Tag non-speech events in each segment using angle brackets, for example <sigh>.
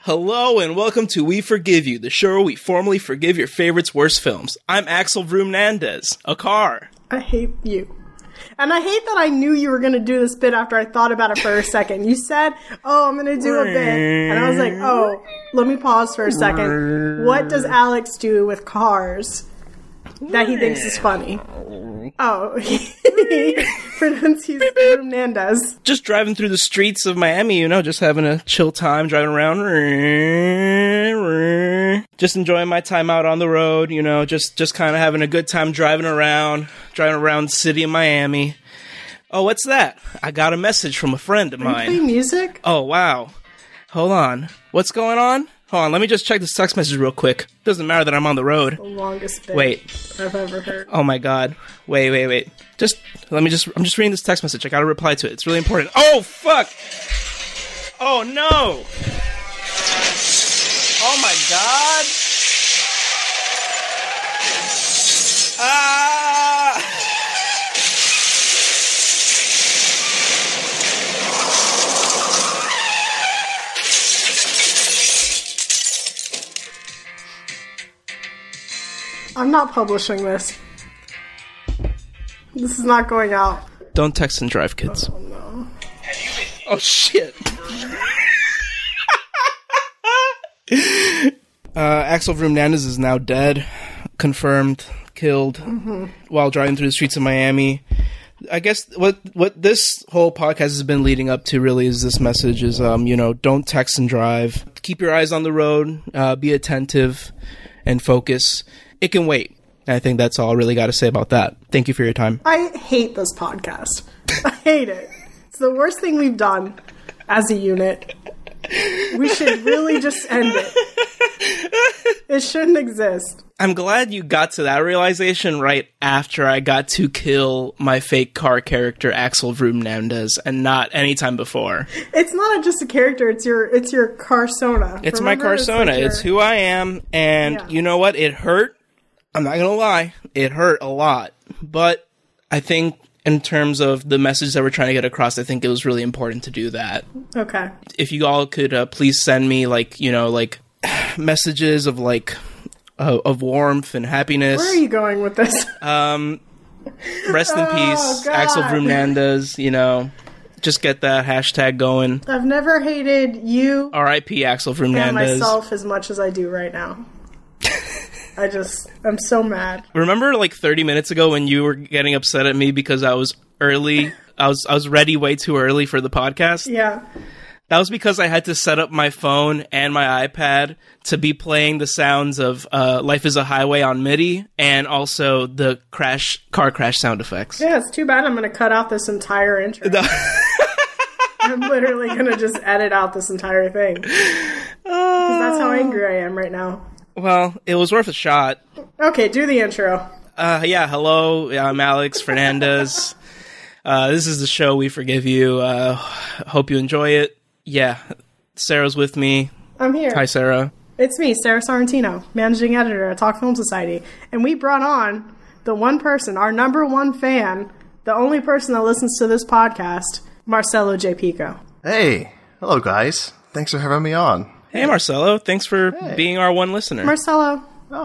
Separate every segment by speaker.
Speaker 1: Hello and welcome to We Forgive You, the show where we formally forgive your favorites' worst films. I'm Axel Brumnandez, a car.
Speaker 2: I hate you. And I hate that I knew you were going to do this bit after I thought about it for a second. You said, Oh, I'm going to do a bit. And I was like, Oh, let me pause for a second. What does Alex do with cars that he thinks is funny? Oh, <laughs> he pronounces Hernandez.
Speaker 1: Just driving through the streets of Miami, you know, just having a chill time driving around. Just enjoying my time out on the road, you know, just just kind of having a good time driving around, driving around the city of Miami. Oh, what's that? I got a message from a friend of
Speaker 2: Play
Speaker 1: mine.
Speaker 2: music?
Speaker 1: Oh, wow. Hold on. What's going on? Hold on, let me just check this text message real quick. Doesn't matter that I'm on the road.
Speaker 2: The longest bit
Speaker 1: Wait.
Speaker 2: I've ever heard.
Speaker 1: Oh my god. Wait, wait, wait. Just let me just I'm just reading this text message. I gotta reply to it. It's really important. Oh fuck! Oh no! Oh my god! Ah!
Speaker 2: I'm not publishing this. This is not going out.
Speaker 1: Don't text and drive, kids.
Speaker 2: Oh, no.
Speaker 1: Oh shit! <laughs> uh, Axel Brumnandez is now dead, confirmed, killed while driving through the streets of Miami. I guess what what this whole podcast has been leading up to really is this message is um you know don't text and drive keep your eyes on the road uh, be attentive and focus it can wait I think that's all I really got to say about that thank you for your time
Speaker 2: I hate this podcast. I hate it. It's the worst thing we've done as a unit. We should really just end it. It shouldn't exist.
Speaker 1: I'm glad you got to that realization right after I got to kill my fake car character Axel Brumnandez and not any time before.
Speaker 2: It's not just a character. It's your it's your carsona.
Speaker 1: It's my Carsona. It's, who I am and
Speaker 2: Yeah.
Speaker 1: you know what? It hurt. I'm not going to lie. It hurt a lot. But I think in terms of the message that we're trying to get across, I think it was really important to do that.
Speaker 2: who. Okay.
Speaker 1: if you all could uh, please send me like you know like <sighs> messages of like uh, of warmth and happiness.
Speaker 2: Where are you going with this?
Speaker 1: Uh, Um,
Speaker 2: <laughs>
Speaker 1: Rest in peace,
Speaker 2: Oh, God.
Speaker 1: Axel Brumnandez. You know, just get that hashtag going.
Speaker 2: I've never hated you
Speaker 1: R.I.P. Axel
Speaker 2: and
Speaker 1: Brumnandez.
Speaker 2: myself as much as I do
Speaker 1: <laughs>
Speaker 2: right now. I just I'm so mad.
Speaker 1: Remember, like thirty minutes ago, when you were getting upset at me because I was early. I was I was ready way too early for the podcast.
Speaker 2: Yeah.
Speaker 1: That was because I had to set up my phone and my iPad to be playing the sounds of uh, "Life Is a Highway" on MIDI and also the crash car crash sound effects.
Speaker 2: Yeah, it's too bad I'm going to cut out this entire intro. I'm literally going to just edit out this entire thing. Because that's how angry I am right now.
Speaker 1: <laughs> Well, it was worth a shot.
Speaker 2: Okay, do the intro.
Speaker 1: Uh, yeah, hello, I'm Alex Fernandez. uh, this is the show. We forgive you. Uh, hope you enjoy it. Yeah, Sarah's with me.
Speaker 2: I'm here.
Speaker 1: Hi, Sarah.
Speaker 2: It's me, Sarah Sorrentino, managing editor at Talk Film Society. And we brought on the one person, our number one fan, the only person that listens to this podcast, Marcelo J. Pico.
Speaker 3: Hey, hello guys. Thanks for having me on.
Speaker 1: Hey, Marcelo. Thanks for being our one listener.
Speaker 2: Marcelo,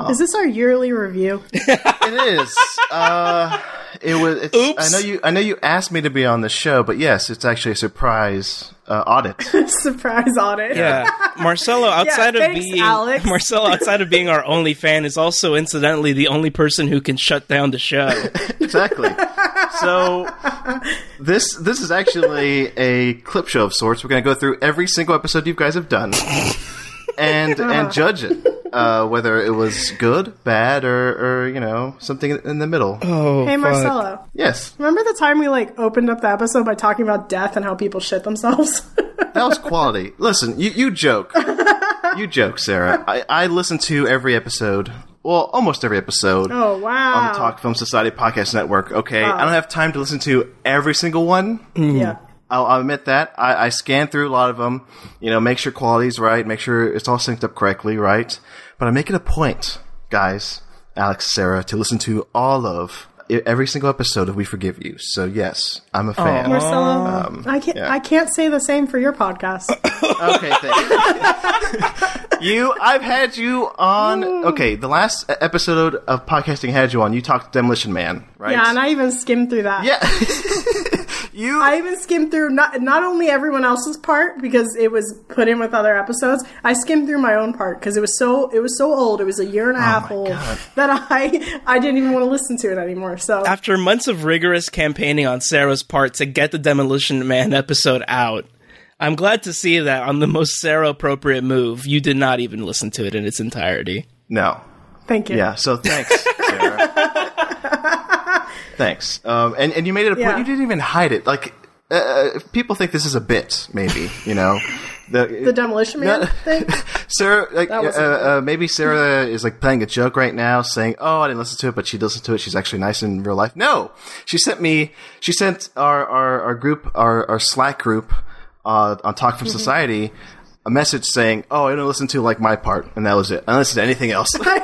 Speaker 2: is this our yearly review?
Speaker 3: Oh,
Speaker 2: <laughs>
Speaker 3: It is. uh, it was. It's, I know you. I know you asked me to be on the show, but yes, it's actually a surprise uh, audit.
Speaker 2: Surprise audit.
Speaker 1: yeah, Uh,
Speaker 2: <laughs>
Speaker 1: Marcelo. Outside of
Speaker 2: thanks,
Speaker 1: being
Speaker 2: Alex.
Speaker 1: Marcelo, outside of being our only fan, is also incidentally the only person who can shut down the show.
Speaker 3: exactly. So this this is actually a clip show of sorts. We're going to go through every single episode you guys have done, and and judge it uh, whether it was good, bad, or, or you know something in the middle.
Speaker 2: Hey, Marcelo.
Speaker 3: Yes,
Speaker 2: Remember the time we like opened up the episode by talking about death and how people shit themselves? <laughs>
Speaker 3: That was quality. Listen, you, you joke. You joke, Sarah. I, I listen to every episode, well, almost every episode
Speaker 2: oh wow!
Speaker 3: on the Talk Film Society Podcast Network, okay? I don't have time to listen to every single one.
Speaker 2: Yeah.
Speaker 3: I'll, I'll admit that. I, I scan through a lot of them, you know, make sure quality's right, make sure it's all synced up correctly, right? But I make it a point, guys, Alex, Sarah, to listen to all of e- every single episode of We Forgive You. So yes, I'm a fan.
Speaker 2: Marcelo, I can't.
Speaker 3: Um, yeah.
Speaker 2: I can't say the same for your
Speaker 3: <clears throat>
Speaker 2: podcast.
Speaker 3: Okay,
Speaker 2: <laughs>
Speaker 3: thank you. you, I've had you on.
Speaker 2: Mm.
Speaker 3: Okay, the last e-, episode of podcasting had you on. You talked Demolition Man, right?
Speaker 2: yeah, and I even skimmed through that.
Speaker 3: Yeah. you.
Speaker 2: I even skimmed through not not only everyone else's part because it was put in with other episodes. I skimmed through my own part because it was so it was so old. It was a year
Speaker 3: Oh
Speaker 2: and a half old <laughs> that I I didn't even want to listen to it anymore. So
Speaker 1: After months of rigorous campaigning on Sarah's part to get the Demolition Man episode out, I'm glad to see that on the most Sarah appropriate move, you did not even listen to it in its entirety.
Speaker 3: no.
Speaker 2: thank you.
Speaker 3: Yeah. So thanks,
Speaker 2: <laughs>
Speaker 3: Sarah. thanks. Um, and and you made it a point.
Speaker 2: Yeah.
Speaker 3: You didn't even hide it. Like uh, if people think this is a bit, maybe.
Speaker 2: <laughs>
Speaker 3: You know.
Speaker 2: The demolition man
Speaker 3: No.
Speaker 2: thing.
Speaker 3: Sarah, like, uh,
Speaker 2: wasn't
Speaker 3: uh, maybe Sarah is like playing a joke right now, saying, "Oh, I didn't listen to it, but she listened to it. She's actually nice in real life." No, she sent me. She sent our our, our group, our, our Slack group, uh, on Talk
Speaker 2: Mm-hmm.
Speaker 3: from Society, a message saying, "Oh, I didn't listen to like my part, and that was it. I didn't listen to
Speaker 2: <laughs>
Speaker 3: anything else." made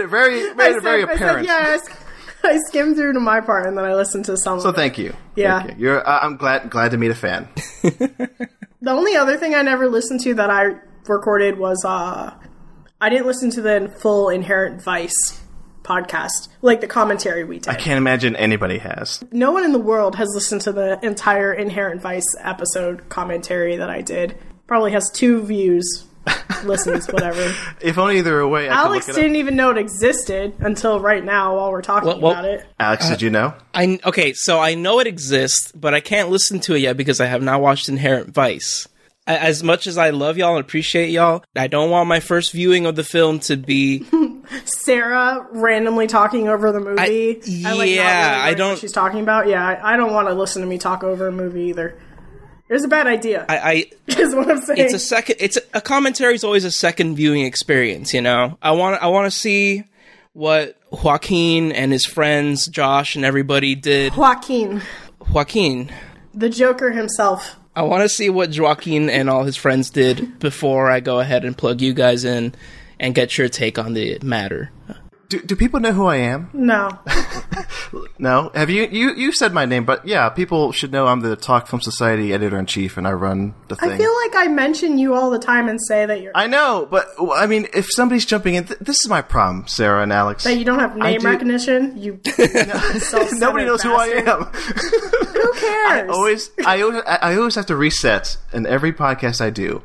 Speaker 3: it very <laughs> made it very
Speaker 2: I said-
Speaker 3: apparent.
Speaker 2: I said, yeah, I, sk- I skimmed through to my part and then I listened to some.
Speaker 3: So
Speaker 2: of it.
Speaker 3: thank you.
Speaker 2: Yeah.
Speaker 3: Thank you. You're, I- I'm glad glad to meet a fan.
Speaker 2: The only other thing I never listened to that I recorded was uh I didn't listen to the full Inherent Vice podcast, like the commentary we did.
Speaker 3: Can't imagine anybody has.
Speaker 2: No one in the world has listened to the entire Inherent Vice episode commentary that I did. Probably has two views, listens, whatever.
Speaker 3: If only there were a way. I
Speaker 2: Alex
Speaker 3: could look it up.
Speaker 2: didn't even know it existed until right now while we're talking
Speaker 1: Well, well-
Speaker 2: about it.
Speaker 3: Alex, did you know?
Speaker 1: I okay, so I know it exists, but I can't listen to it yet because I have not watched Inherent Vice. A- As much as I love y'all and appreciate y'all, I don't want my first viewing of the film to be
Speaker 2: Sarah randomly talking over the movie.
Speaker 1: I-
Speaker 2: not
Speaker 1: yeah, I
Speaker 2: knowing
Speaker 1: don't-
Speaker 2: What she's talking about. Yeah, I, I don't want to listen to me talk over a movie either. It was a bad idea.
Speaker 1: I, I
Speaker 2: <laughs> is what I'm saying.
Speaker 1: it's a second it's a, a commentary is always a second viewing experience you know i want i want to see what joaquin and his friends josh and everybody did
Speaker 2: Joaquin,
Speaker 1: joaquin
Speaker 2: the Joker himself.
Speaker 1: i want to see what joaquin and all his friends did before i go ahead and plug you guys in and get your take on the matter
Speaker 3: Do, do people know who I am?
Speaker 2: No,
Speaker 3: No, have you you you said my name? But yeah, people should know I'm the Talk Film Society editor in chief, and I run the thing.
Speaker 2: I feel like I mention you all the time and say that you're
Speaker 3: I know, but well, I mean, if somebody's jumping in, th- this is my problem, Sarah and Alex.
Speaker 2: that you don't have name
Speaker 3: do-
Speaker 2: recognition.
Speaker 3: <laughs>
Speaker 2: You
Speaker 3: Nobody knows who I am. <laughs>
Speaker 2: Who cares?
Speaker 3: always, I always, I I always have to reset in every podcast I do.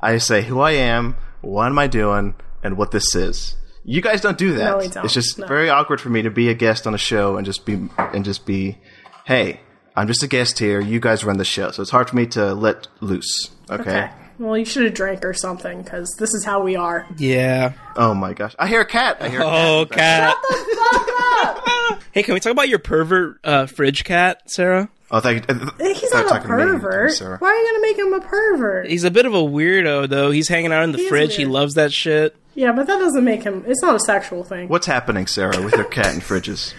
Speaker 3: I say who I am, what am I doing, and what this is. You guys don't do that.
Speaker 2: No, we don't.
Speaker 3: It's just
Speaker 2: No.
Speaker 3: very awkward for me to be a guest on a show and just be and just be, hey, I'm just a guest here. You guys run the show, so it's hard for me to let loose. Okay.
Speaker 2: Okay. Well, you should have drank or something because this is how we are.
Speaker 1: yeah
Speaker 3: Oh my gosh, I hear a cat. I hear. A cat.
Speaker 1: oh cat <laughs> hey can we talk about your pervert uh, fridge cat sarah
Speaker 3: Oh, thank you.
Speaker 2: He's not
Speaker 3: Start
Speaker 2: a
Speaker 3: talking to me,
Speaker 2: pervert.
Speaker 3: Sarah.
Speaker 2: Why are you gonna make him a pervert?
Speaker 1: he's a bit of a weirdo though he's hanging out in the
Speaker 2: is
Speaker 1: fridge he
Speaker 2: weird.
Speaker 1: loves that shit
Speaker 2: yeah, but that doesn't make him. It's not a sexual thing.
Speaker 3: What's happening, Sarah, with your cat and fridges?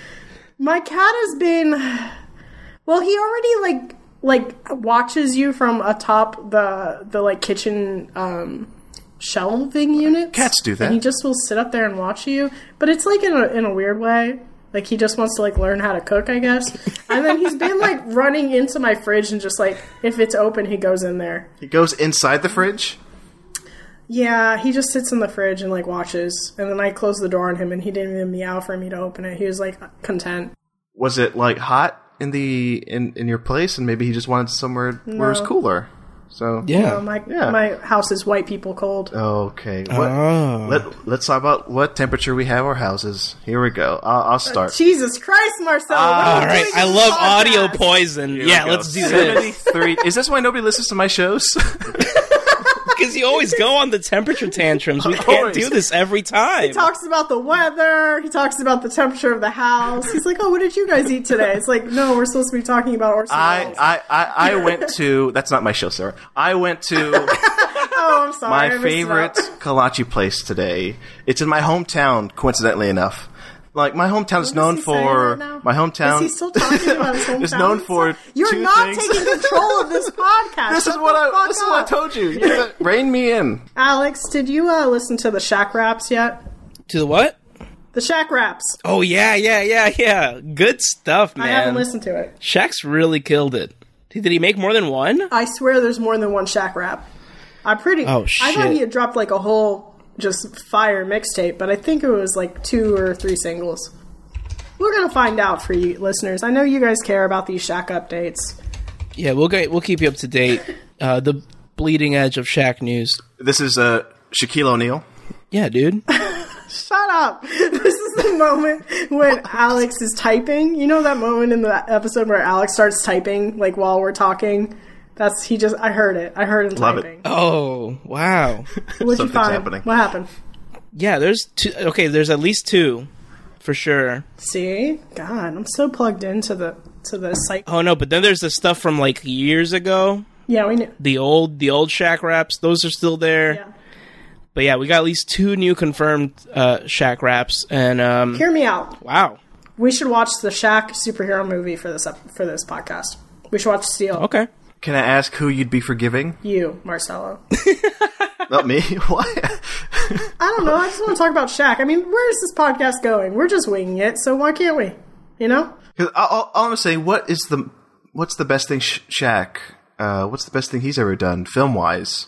Speaker 2: My cat has been well, he already like like watches you from atop the the like kitchen um shelving unit.
Speaker 3: Cats do that.
Speaker 2: And he just will sit up there and watch you, but it's like in a in a weird way. Like he just wants to like learn how to cook, I guess. And then he's been like <laughs> running into my fridge and just like if it's open, he goes in there.
Speaker 3: He goes inside the fridge.
Speaker 2: Yeah, he just sits in the fridge and like watches. And then I close the door on him, and he didn't even meow for me to open it. He was like content.
Speaker 3: was it like hot in the in in your place and maybe he just wanted somewhere where it was cooler so
Speaker 2: Oh, my
Speaker 3: Yeah.
Speaker 2: my house is white people cold.
Speaker 3: okay what, let, let's talk about what temperature we have our houses here we go i'll, I'll start
Speaker 2: Jesus Christ, Marcel! what are
Speaker 1: All
Speaker 2: you
Speaker 1: right,
Speaker 2: doing
Speaker 1: I
Speaker 2: on
Speaker 1: love
Speaker 2: this
Speaker 1: audio
Speaker 2: podcast?
Speaker 1: poison. yeah, let's
Speaker 3: <laughs>
Speaker 1: do this.
Speaker 3: Three. Is this why nobody listens to my shows?
Speaker 1: Because you always go on the temperature tantrums. We can't
Speaker 3: Always.
Speaker 1: do this every time.
Speaker 2: He talks about the weather. He talks about the temperature of the house. He's like, "Oh, what did you guys eat today?" It's like, no, we're supposed to be talking about Orson
Speaker 3: <laughs> I,
Speaker 2: Welles.
Speaker 3: I, I, I went to. That's not my show, Sarah. I
Speaker 2: <laughs>
Speaker 3: went to
Speaker 2: oh, I'm sorry. I
Speaker 3: my
Speaker 2: messed it
Speaker 3: favorite
Speaker 2: up.
Speaker 3: kolache place today. It's in my hometown, coincidentally enough. Like my hometown is
Speaker 2: What
Speaker 3: known
Speaker 2: is he saying
Speaker 3: for
Speaker 2: right now?
Speaker 3: my hometown.
Speaker 2: Is he still talking about his
Speaker 3: <laughs> Is
Speaker 2: hometown?
Speaker 3: known for
Speaker 2: You're
Speaker 3: two
Speaker 2: not
Speaker 3: things.
Speaker 2: taking control of
Speaker 3: <laughs>
Speaker 2: this podcast.
Speaker 3: this is
Speaker 2: Shut
Speaker 3: what
Speaker 2: the
Speaker 3: I
Speaker 2: fuck
Speaker 3: this is what I
Speaker 2: up.
Speaker 3: told you. you have to rein me in.
Speaker 2: Alex, did you uh, listen to the Shack Raps yet?
Speaker 1: to the what?
Speaker 2: The Shack Raps.
Speaker 1: Oh yeah, yeah, yeah, yeah. Good stuff, man.
Speaker 2: I haven't listened to it.
Speaker 1: Shaq's really killed it. Did he make more than one?
Speaker 2: I swear there's more than one Shack Rap. I'm pretty.
Speaker 1: Oh,
Speaker 2: I thought
Speaker 1: shit.
Speaker 2: he had dropped like a whole just fire mixtape, but I think it was like two or three singles. We're gonna find out for you listeners. I know you guys care about these Shack updates.
Speaker 1: Yeah, we'll get, we'll keep you up to date. Uh, the bleeding edge of Shaq news.
Speaker 3: This is uh, Shaquille O'Neal.
Speaker 1: Yeah,
Speaker 2: <laughs>
Speaker 1: dude.
Speaker 2: Shut up! <laughs> This is the moment when Alex is typing. You know that moment in the episode where Alex starts typing, like while we're talking. That's he just. I heard it. I heard him
Speaker 3: Love it.
Speaker 2: typing.
Speaker 1: Oh wow.
Speaker 2: What'd you
Speaker 3: Something's
Speaker 2: find?
Speaker 3: happening.
Speaker 2: What happened?
Speaker 1: Yeah, there's two. Okay, there's at least two, for sure.
Speaker 2: See, God, I'm so plugged into the to the site.
Speaker 1: Oh no, but then there's the stuff from like years ago.
Speaker 2: Yeah, we knew.
Speaker 1: The old the old Shaq raps. Those are still there.
Speaker 2: Yeah.
Speaker 1: But yeah, we got at least two new confirmed uh, Shaq raps, and um,
Speaker 2: Hear me out.
Speaker 1: wow.
Speaker 2: We should watch the Shaq superhero movie for this up, for this podcast. We should watch Steel.
Speaker 1: Okay.
Speaker 3: Can I ask who you'd be forgiving?
Speaker 2: You, Marcelo.
Speaker 3: Not me. <laughs> Why?
Speaker 2: I don't know. I just want to talk about Shaq. I mean, where is this podcast going? We're just winging it, so why can't we? You know?
Speaker 3: 'Cause all, all- all I'm saying, what is the what's the best thing Sh- Shaq? Uh, what's the best thing he's ever done film wise?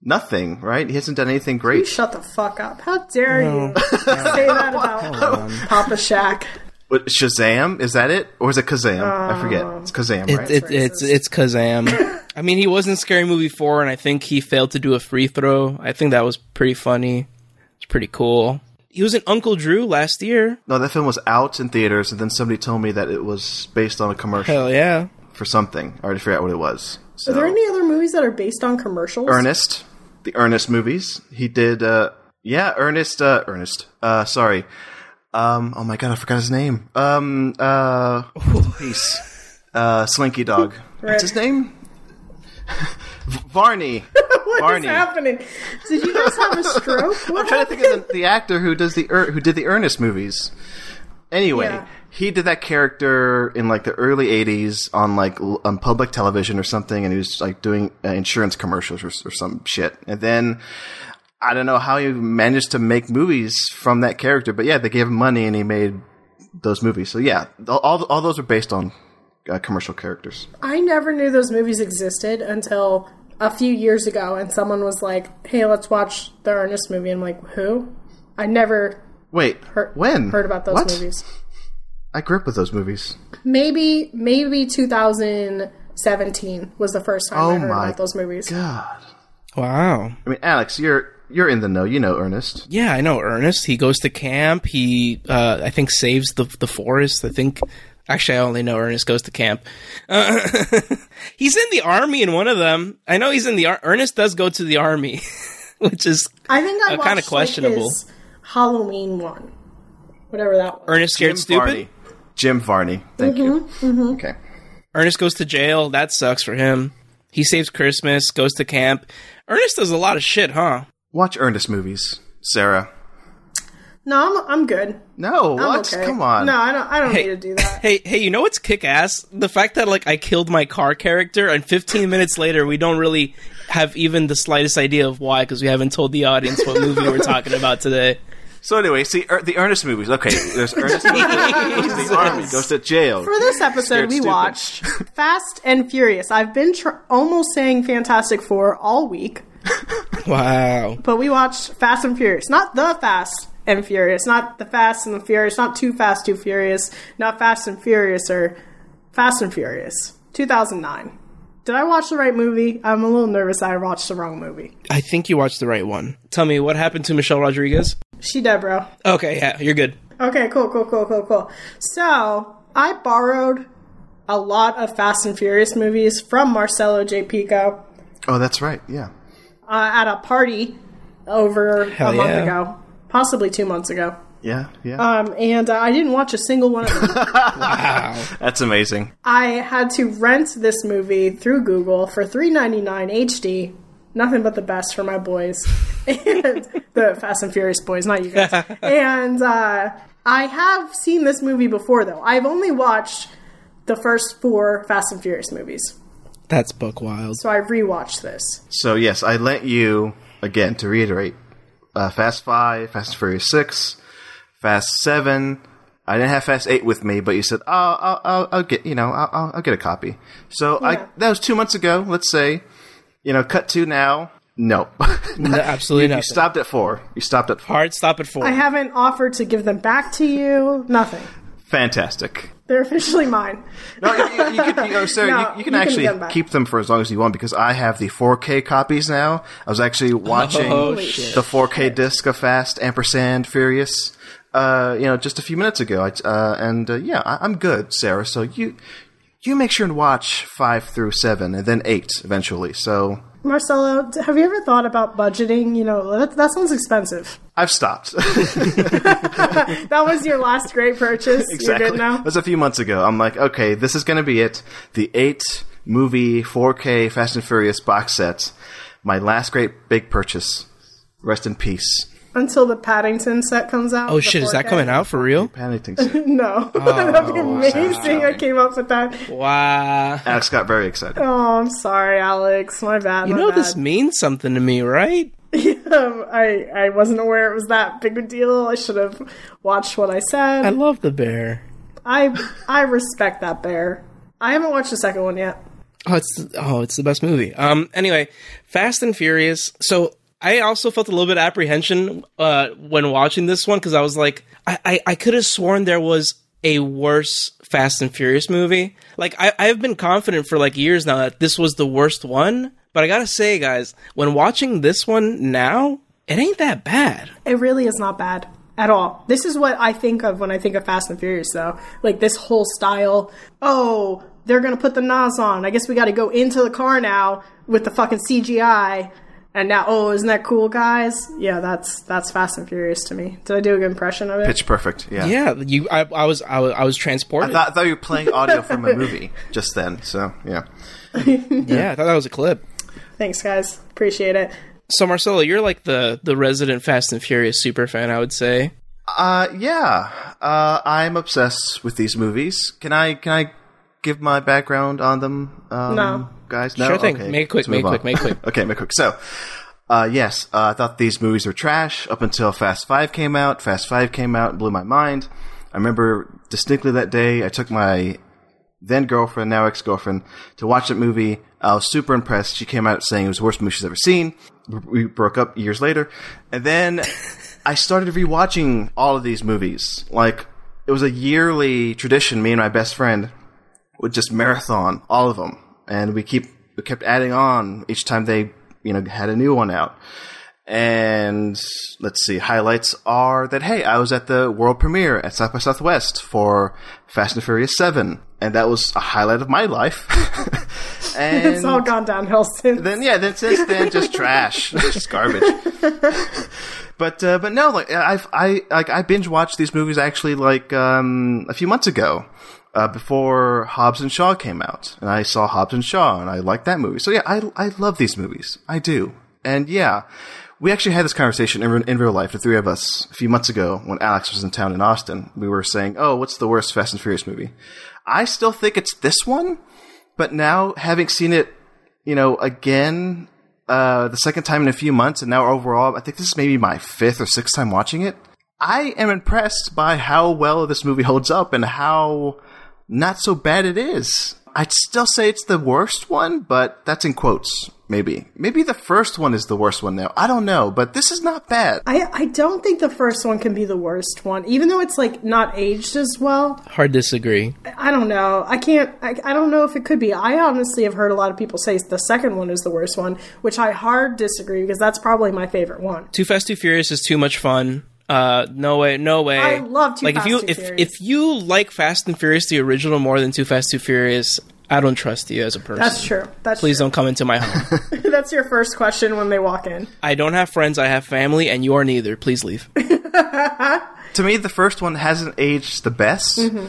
Speaker 3: Nothing, right? He hasn't done anything
Speaker 2: You
Speaker 3: great.
Speaker 2: shut the fuck up. How dare you say that about Papa Shaq?
Speaker 3: What, Shazam? Is that it, or is it Kazam? I forget.
Speaker 2: Uh,
Speaker 3: It's Kazam, right?
Speaker 1: It, it's it's um, Kazam. <coughs> I mean, he was in Scary Movie four, and I think he failed to do a free throw. I think that was pretty funny. It's pretty cool. He was in Uncle Drew last year.
Speaker 3: no, that film was out in theaters, and then somebody told me that it was based on a commercial
Speaker 1: Hell yeah.
Speaker 3: for something. I already forgot what it was. So,
Speaker 2: Are there any other movies that are based on commercials?
Speaker 3: Ernest, the Ernest movies. He did, uh, yeah, Ernest, uh, Ernest, uh, sorry. Um, oh my god, I forgot his name. Um, uh, peace. Uh, Slinky Dog. What's his name? <laughs> V- Varney.
Speaker 2: What is
Speaker 3: Barney.
Speaker 2: happening? Did you guys have a stroke? What
Speaker 3: I'm trying to think of the, the actor who does the er- who did the Ernest movies. Anyway,
Speaker 2: Yeah.
Speaker 3: he did that character in like the early '80s on like l- on public television or something, and he was like doing uh, insurance commercials or, s- or some shit. And then I don't know how he managed to make movies from that character, but yeah, they gave him money and he made those movies. So yeah, th- all all those are based on uh, commercial characters.
Speaker 2: I never knew those movies existed until a few years ago, and someone was like, "Hey, let's watch the Ernest movie." I'm like, "Who?" I never
Speaker 3: Wait,
Speaker 2: heard,
Speaker 3: when
Speaker 2: heard about those
Speaker 3: What?
Speaker 2: movies.
Speaker 3: I grew up with those movies.
Speaker 2: Maybe maybe 2017 was the first time
Speaker 3: Oh
Speaker 2: I heard
Speaker 3: my
Speaker 2: about those movies.
Speaker 3: God,
Speaker 1: Wow.
Speaker 3: I mean, Alex, you're you're in the know. You know Ernest.
Speaker 1: Yeah, I know Ernest. He goes to camp. He, uh, I think, saves the the forest. I think. Actually, I only know Ernest goes to camp. Uh, <laughs> he's in the army in one of them. I know he's in the ar- Ernest does go to the army, <laughs> which is
Speaker 2: I think I
Speaker 1: Uh, kinda
Speaker 2: watched kind of
Speaker 1: questionable.
Speaker 2: Halloween one, whatever that was.
Speaker 1: Ernest scared stupid.
Speaker 3: Varney. Jim Varney. Thank you.
Speaker 2: Mm-hmm.
Speaker 3: Okay.
Speaker 1: Ernest goes to jail. That sucks for him. He saves Christmas. Goes to camp. Ernest does a lot of shit, huh?
Speaker 3: Watch Ernest movies, Sarah.
Speaker 2: No, I'm, I'm good.
Speaker 3: No,
Speaker 2: I'm
Speaker 3: what?
Speaker 2: okay.
Speaker 3: Come on.
Speaker 2: No, I don't. I don't
Speaker 1: Hey.
Speaker 2: need to do that.
Speaker 1: Hey, hey, you know what's kick ass? The fact that like I killed my car character, and 15 <laughs> minutes later, we don't really have even the slightest idea of why because we haven't told the audience what movie we're talking about today.
Speaker 3: So anyway, see er, the Ernest movies. Okay, there's
Speaker 2: <laughs>
Speaker 3: Ernest movies. goes to the army, goes to jail.
Speaker 2: For this episode,
Speaker 3: Scared
Speaker 2: we
Speaker 3: stupid.
Speaker 2: watched Fast and Furious. I've been tr- almost saying Fantastic Four all week,
Speaker 1: <laughs> Wow.
Speaker 2: but we watched Fast and Furious. Not the Fast and Furious, not the Fast and the Furious, not Too Fast, Too Furious, not Fast and Furious, or Fast and Furious, 2009. Did I watch the right movie? I'm a little nervous I watched the wrong movie.
Speaker 1: I think you watched the right one. Tell me what happened to Michelle Rodriguez.
Speaker 2: She dead, bro.
Speaker 1: Okay, yeah, you're good.
Speaker 2: Okay, cool, cool, cool, cool, cool. So I borrowed a lot of Fast and Furious movies from Marcelo J. Pico.
Speaker 3: Oh, that's right. Yeah.
Speaker 2: uh, at a party over
Speaker 1: Hell
Speaker 2: a month
Speaker 1: yeah.
Speaker 2: ago, possibly two months ago.
Speaker 3: Yeah. Yeah.
Speaker 2: Um, and uh, I didn't watch a single one
Speaker 1: <laughs>
Speaker 2: of them.
Speaker 3: that's amazing.
Speaker 2: I had to rent this movie through Google for three ninety nine HD. Nothing but the best for my boys, <laughs> and the Fast and Furious boys, not
Speaker 1: <laughs>
Speaker 2: you guys. and uh, I have seen this movie before, though. I've only watched the first four Fast and Furious movies,
Speaker 1: That's Buck Wild.
Speaker 2: so I rewatched this.
Speaker 3: So yes, I lent you again to reiterate: uh, Fast Five, Fast and Furious Six, Fast Seven. I didn't have Fast Eight with me, but you said, "Oh, I'll, I'll, I'll get you know, I'll, I'll- I'll get a copy." So I
Speaker 2: Yeah.
Speaker 3: that was two months ago. Let's say, you know, cut to now. No, <laughs>
Speaker 1: No, absolutely
Speaker 3: you
Speaker 1: not.
Speaker 3: stopped at four. You stopped at four.
Speaker 1: Hard stop at four.
Speaker 2: I haven't offered to give them back to you. Nothing.
Speaker 3: Fantastic.
Speaker 2: They're officially mine.
Speaker 3: No, you, you, you could, you, oh, Sarah,
Speaker 2: No,
Speaker 3: you, you can
Speaker 2: you can
Speaker 3: actually
Speaker 2: get 'em back.
Speaker 3: keep them for as long as you want because I have the 4K copies now. I was actually watching
Speaker 1: Oh, shit.
Speaker 3: the 4K disc of Fast Ampersand Furious, uh, you know, just a few minutes ago. I, uh, and uh, yeah, I, I'm good, Sarah. So you you make sure and watch five through seven, and then eight eventually. So
Speaker 2: Marcelo, d- have you ever thought about budgeting? You know, that, that sounds expensive.
Speaker 3: I've stopped. <laughs>
Speaker 2: That was your last great purchase. You're good now.
Speaker 3: That was a few months ago. I'm like, okay, this is going to be it. The eight movie 4K Fast and Furious box set. My last great big purchase. Rest in peace.
Speaker 2: Until the Paddington set comes out.
Speaker 1: oh shit, is that coming out for real?
Speaker 2: <laughs>
Speaker 3: Paddington.
Speaker 2: No. That'd be amazing. I came up with that.
Speaker 1: Wow.
Speaker 3: Alex got very excited.
Speaker 2: Oh, I'm sorry, Alex. My bad.
Speaker 1: You know this means something to me, right?
Speaker 2: <laughs> Um, I, I wasn't aware it was that big a deal. I should have watched what I said.
Speaker 1: I love the bear.
Speaker 2: I I respect that bear. I haven't watched the second one yet.
Speaker 1: Oh, it's oh, it's the best movie. Um, anyway, Fast and Furious. So I also felt a little bit of apprehension uh, when watching this one because I was like, I I, I could have sworn there was a worse Fast and Furious movie. Like I I've been confident for like years now that this was the worst one, but I gotta say, guys, when watching this one now, it ain't that bad.
Speaker 2: It really is not bad at all. This is what I think of when I think of Fast and Furious, though. Like this whole style. Oh, they're gonna put the nos on. I guess we got to go into the car now with the fucking CGI. And now, oh, isn't that cool, guys? Yeah, that's that's Fast and Furious to me. Did I do a good impression of it?
Speaker 3: Pitch perfect. Yeah.
Speaker 1: Yeah, you. I, I was I was I was transported.
Speaker 3: I thought, I thought you were playing audio from a
Speaker 2: <laughs>
Speaker 3: movie just then. So, yeah.
Speaker 1: yeah, I thought that was a clip.
Speaker 2: Thanks, guys. Appreciate it. <laughs>
Speaker 1: So Marcelo, you're like the the resident Fast and Furious super fan, I would say.
Speaker 3: Uh, yeah. Uh, I'm obsessed with these movies. Can I can I give my background on them? Um,
Speaker 2: No.
Speaker 3: guys. No.
Speaker 1: Sure thing.
Speaker 3: Okay,
Speaker 1: Make it quick,
Speaker 3: let's move
Speaker 1: make it quick,
Speaker 3: on.
Speaker 1: make it quick.
Speaker 3: <laughs> okay. Make it quick. So. Uh, yes, uh, I thought these movies were trash up until Fast Five came out. Fast Five came out and blew my mind. I remember distinctly that day. I took my then girlfriend, now ex girlfriend, to watch that movie. I was super impressed. She came out saying it was the worst movie she's ever seen. We broke up years later.
Speaker 1: <laughs>
Speaker 3: And then I started rewatching all of these movies. Like, it was a yearly tradition, me and my best friend would just marathon all of them. And we keep we kept adding on each time they, you know, had a new one out. And let's see, highlights are that hey, I was at the world premiere at South by Southwest for Fast and Furious Seven, and that was a highlight of my life. <laughs> and
Speaker 2: It's all gone downhill since.
Speaker 3: then yeah, then since then just trash, just garbage. but uh, but no, like I've I like I binge watched these movies actually like um, a few months ago. Uh, before Hobbs and Shaw came out, and I saw Hobbs and Shaw, and I liked that movie. So yeah, I I love these movies, I do, and yeah, we actually had this conversation in, in real life, the three of us, a few months ago when Alex was in town in Austin. We were saying, "Oh, what's the worst Fast and Furious movie?" I still think it's this one, but now having seen it you know, again, uh, the second time in a few months, and now overall, I think this is maybe my fifth or sixth time watching it. I am impressed by how well this movie holds up and how not so bad it is. I'd still say it's the worst one, but that's in quotes, maybe. Maybe the first one is the worst one now. I don't know, but this is not bad.
Speaker 2: I, I don't think the first one can be the worst one, even though it's like not aged as well.
Speaker 1: Hard disagree.
Speaker 2: I don't know. I can't. I, I don't know if it could be. I honestly have heard a lot of people say the second one is the worst one, which I hard disagree because that's probably my favorite one.
Speaker 1: Too Fast Too Furious is too much fun. Uh, no way, no way.
Speaker 2: I love Too
Speaker 1: like
Speaker 2: Fast,
Speaker 1: if you
Speaker 2: Too
Speaker 1: if
Speaker 2: Furious.
Speaker 1: if you like Fast and Furious the original more than Too Fast Too Furious, I don't trust you as a person.
Speaker 2: That's true. That's
Speaker 1: Please don't come into my <laughs> home.
Speaker 2: True. <laughs> That's your first question when they walk in.
Speaker 1: I don't have friends. I have family, and you are neither. Please leave.
Speaker 3: to me, the first one hasn't aged the best.
Speaker 2: Mm-hmm.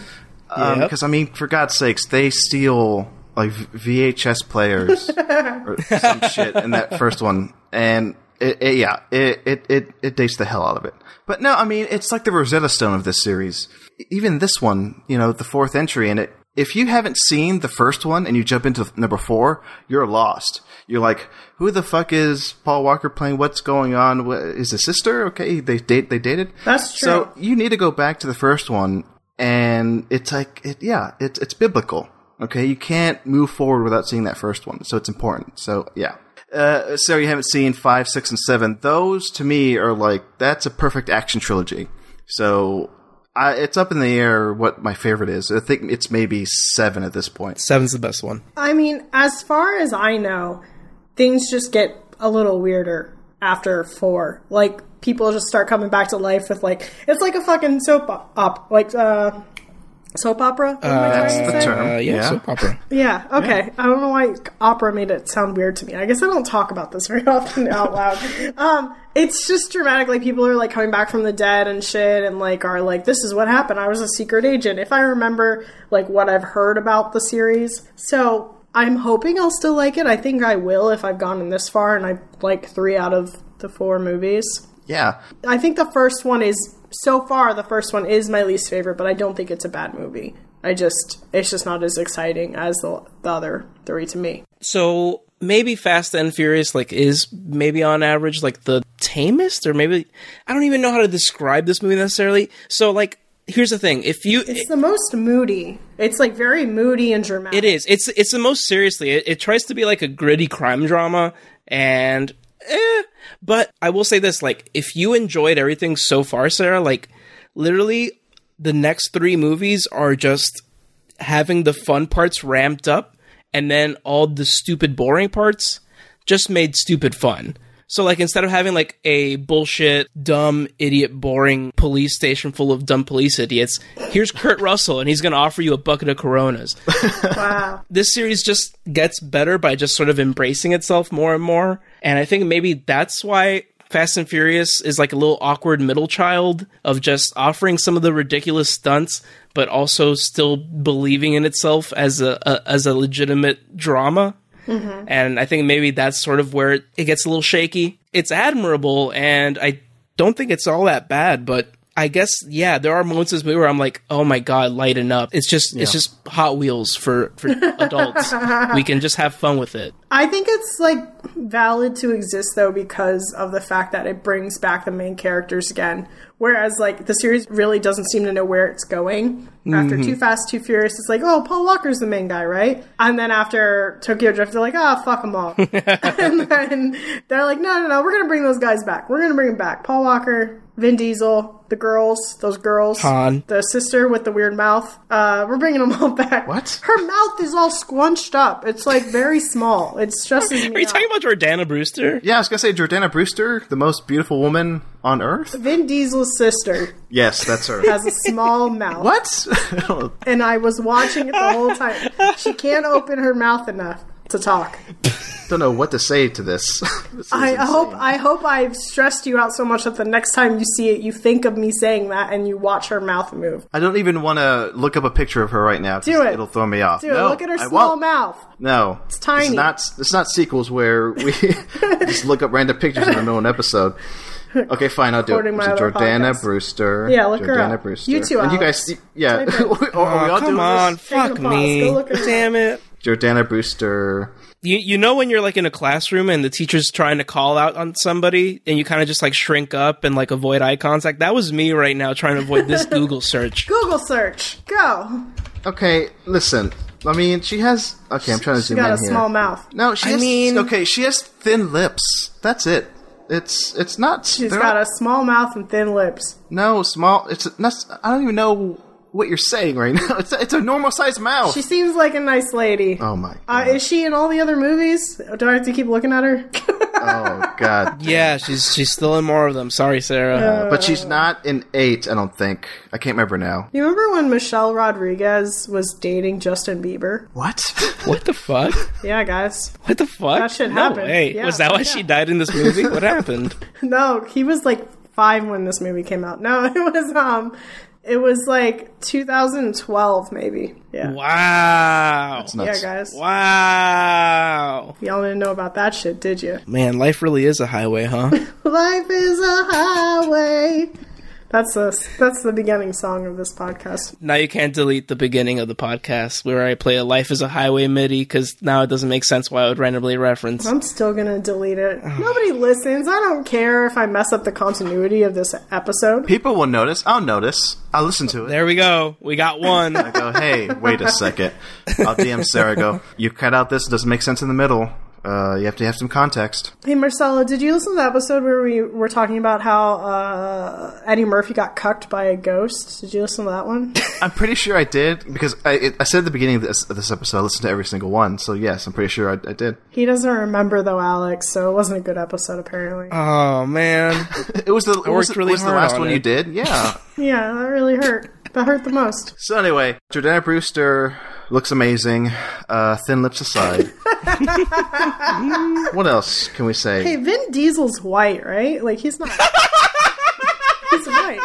Speaker 3: Um,
Speaker 1: Yep.
Speaker 3: Because I mean, for God's sakes, they steal like V- VHS
Speaker 2: <laughs>
Speaker 3: players or some shit in that first one, and it, it, yeah, it, it it it dates the hell out of it. But no, I mean, it's like the Rosetta Stone of this series. E- Even this one, you know, the fourth entry in it. if you haven't seen the first one and you jump into number four, you're lost. You're like, who the fuck is Paul Walker playing? What's going on? Wha- Is his sister okay? They date. They dated.
Speaker 2: That's true.
Speaker 3: So you need to go back to the first one, and it's like, it, yeah, it's it's biblical. Okay, you can't move forward without seeing that first one, so it's important. So yeah. Uh, so you haven't seen five, six, and seven. Those to me are like that's a perfect action trilogy. So I, it's up in the air what my favorite is. I think it's maybe seven at this point.
Speaker 1: Seven's the best one.
Speaker 2: I mean, as far as I know, things just get a little weirder after four. Like people just start coming back to life with like it's like a fucking soap op, like uh, soap opera. What am I trying to
Speaker 3: That's the
Speaker 2: say?
Speaker 3: term.
Speaker 1: Uh, yeah,
Speaker 3: Yeah.
Speaker 1: soap opera.
Speaker 2: Yeah. Okay. I don't know why opera made it sound weird to me. I guess I don't talk about this <laughs> very often out loud. Um, it's just dramatic. Like people are like coming back from the dead and shit, and like are like, "This is what happened. I was a secret agent." If I remember like what I've heard about the series, so I'm hoping I'll still like it. I think I will if I've gone in this far, and I like three out of the four movies.
Speaker 3: Yeah,
Speaker 2: I think the first one is so far the first one is my least favorite, but I don't think it's a bad movie. I just it's just not as exciting as the, the other three to me.
Speaker 1: So maybe Fast and Furious like is maybe on average like the tamest, or maybe I don't even know how to describe this movie necessarily. So like, here's the thing: if you
Speaker 2: It's the most moody. It's like very moody and dramatic.
Speaker 1: It is. It's it's the most seriously. It, it tries to be like a gritty crime drama, and eh. But I will say this: like, if you enjoyed everything so far, Sarah, like, literally, the next three movies are just having the fun parts ramped up, and then all the stupid, boring parts just made stupid fun. So like instead of having like a bullshit, dumb, idiot, boring police station full of dumb police idiots, here's Kurt Russell and he's gonna offer you a bucket of Coronas
Speaker 2: Wow.
Speaker 1: this series just gets better by just sort of embracing itself more and more. And I think maybe that's why Fast and Furious is like a little awkward middle child of just offering some of the ridiculous stunts, but also still believing in itself as a, a as a legitimate drama. And I think maybe that's sort of where it, it gets a little shaky. It's admirable, and I don't think it's all that bad, but I guess yeah, there are moments in this movie where I'm like, oh my god, lighten up. It's just it's just Hot Wheels for
Speaker 2: <laughs>
Speaker 1: for adults. we can just have fun with it.
Speaker 2: I think it's like valid to exist though because of the fact that it brings back the main characters again. Whereas like the series really doesn't seem to know where it's going. After Too Fast, Too Furious, it's like, oh, Paul Walker's the main guy, right? And then after Tokyo Drift, they're like, ah, fuck them all. and then they're like, no, no, no, we're gonna bring those guys back. We're gonna bring them back. Paul Walker, Vin Diesel, the girls, those girls,
Speaker 1: Han.
Speaker 2: the sister with the weird mouth. Uh, we're bringing them all back.
Speaker 3: What?
Speaker 2: Her mouth is all squunched up. It's like very small. It stresses me
Speaker 1: Are you
Speaker 2: out.
Speaker 1: talking about Jordana Brewster?
Speaker 3: yeah. I was gonna say Jordana Brewster, the most beautiful woman on earth.
Speaker 2: Vin Diesel's sister
Speaker 3: Yes, that's her.
Speaker 2: has
Speaker 1: <laughs>
Speaker 2: a small mouth.
Speaker 3: what? <laughs> I don't know.
Speaker 2: And I was watching it the whole time. She can't open her mouth enough to talk.
Speaker 3: don't know what to say to this. <laughs> This is
Speaker 2: I uh,
Speaker 3: insane.
Speaker 2: hope I hope I've stressed you out so much that the next time you see it, you think of me saying that and you watch her mouth move.
Speaker 3: I don't even want to look up a picture of her right now. 'cause
Speaker 2: Do it.
Speaker 3: It'll throw me off.
Speaker 2: Dude,
Speaker 3: No,
Speaker 2: look at her
Speaker 3: I
Speaker 2: small
Speaker 3: won't.
Speaker 2: mouth.
Speaker 3: No, it's
Speaker 2: tiny.
Speaker 3: It's not. It's not sequels
Speaker 2: <laughs>
Speaker 3: where we just look up random pictures in the middle of an episode. Okay, fine, I'll do
Speaker 2: Quoting
Speaker 3: it.
Speaker 2: my
Speaker 3: So
Speaker 2: other
Speaker 3: Jordana
Speaker 2: podcast.
Speaker 3: Brewster.
Speaker 2: Yeah, look
Speaker 3: Jordana
Speaker 2: her up.
Speaker 3: Brewster.
Speaker 2: You too,
Speaker 3: And you
Speaker 2: Alex.
Speaker 3: guys, yeah.
Speaker 2: Type it.
Speaker 3: <laughs> Are- are we all
Speaker 1: Aw,
Speaker 3: doing
Speaker 1: Oh, come on,
Speaker 3: this?
Speaker 2: Take a
Speaker 1: fuck
Speaker 2: pause.
Speaker 1: me.
Speaker 2: Go look at her.
Speaker 1: Damn it.
Speaker 3: Jordana Brewster.
Speaker 1: You you know when you're like in a classroom and the teacher's trying to call out on somebody and you kind of just like shrink up and like avoid eye contact. That was me right now trying to avoid
Speaker 2: <laughs>
Speaker 1: this Google search.
Speaker 2: Google search. Go.
Speaker 3: Okay, listen. I mean, she has. Okay, I'm trying to
Speaker 2: She
Speaker 3: zoom in
Speaker 2: got
Speaker 3: here.
Speaker 2: a small mouth.
Speaker 3: No, she
Speaker 1: I
Speaker 3: has.
Speaker 1: mean-
Speaker 3: okay, she has thin lips. That's it. It's it's not.
Speaker 2: She's got a small mouth and thin lips.
Speaker 3: no small. It's not, I don't even know what you're saying right <laughs> now. It's a, it's a normal sized mouth.
Speaker 2: She seems like a nice lady. <laughs>
Speaker 3: oh my.
Speaker 2: Uh,
Speaker 3: God.
Speaker 2: is she in all the other movies? Do I have to keep looking at her? <laughs>
Speaker 3: oh god. Uh,
Speaker 1: Yeah, she's she's still in more of them. Sorry, Sarah.
Speaker 3: But she's not in eight. I don't think. I can't remember now.
Speaker 2: you remember when Michelle Rodriguez was dating Justin Bieber?
Speaker 3: What? <laughs>
Speaker 1: what the fuck?
Speaker 2: Yeah, guys.
Speaker 1: What the fuck?
Speaker 2: That shit
Speaker 1: no
Speaker 2: happened.
Speaker 1: Way.
Speaker 2: Yeah,
Speaker 1: was that why
Speaker 2: yeah.
Speaker 1: she died in this movie? What <laughs> happened?
Speaker 2: No, he was like five when this movie came out. No, <laughs> it was um, it was like 2012 maybe. Yeah,
Speaker 1: Wow.
Speaker 3: It's nuts.
Speaker 2: yeah, guys.
Speaker 1: Wow.
Speaker 2: Y'all didn't know about that shit, did you?
Speaker 1: Man, life really is a highway, huh?
Speaker 2: Life is a highway. That's the that's the beginning song of this podcast.
Speaker 1: Now you can't delete the beginning of the podcast where I play a Life is a Highway MIDI because now it doesn't make sense why I would randomly reference.
Speaker 2: I'm still gonna delete it. Nobody listens. I don't care if I mess up the continuity of this episode.
Speaker 3: People will notice. I'll notice. I'll listen to it.
Speaker 1: There we go. We got
Speaker 2: <laughs>
Speaker 1: one.
Speaker 3: Go, hey, wait a second. I'll DM Sarah. Go, you cut out this. It doesn't make sense in the middle. Uh, you have to have some context.
Speaker 2: Hey Marcella, did you listen to the episode where we were talking about how uh, Eddie Murphy got cucked by a ghost? Did you listen to that
Speaker 3: <laughs>
Speaker 2: one?
Speaker 3: I'm pretty sure I did because I, it, I said at the beginning of this, of this episode, I listened to every single one. So yes, I'm pretty sure I, I did.
Speaker 2: he doesn't remember though, Alex. So it wasn't a good episode apparently.
Speaker 3: Uh.
Speaker 1: oh man. <laughs>
Speaker 3: It was the it was,
Speaker 1: worked
Speaker 3: the-
Speaker 1: really
Speaker 3: it was the
Speaker 1: hard
Speaker 3: last
Speaker 1: on
Speaker 3: one
Speaker 1: it.
Speaker 3: you
Speaker 1: <laughs>
Speaker 3: did. Yeah.
Speaker 2: yeah, that really hurt. That hurt the most.
Speaker 3: so anyway, Jordana Brewster looks amazing. Uh, thin
Speaker 1: <laughs>
Speaker 3: lips aside. what else can we say?
Speaker 2: Hey, Vin Diesel's white, right? Like he's
Speaker 3: <laughs>
Speaker 2: not. he's white.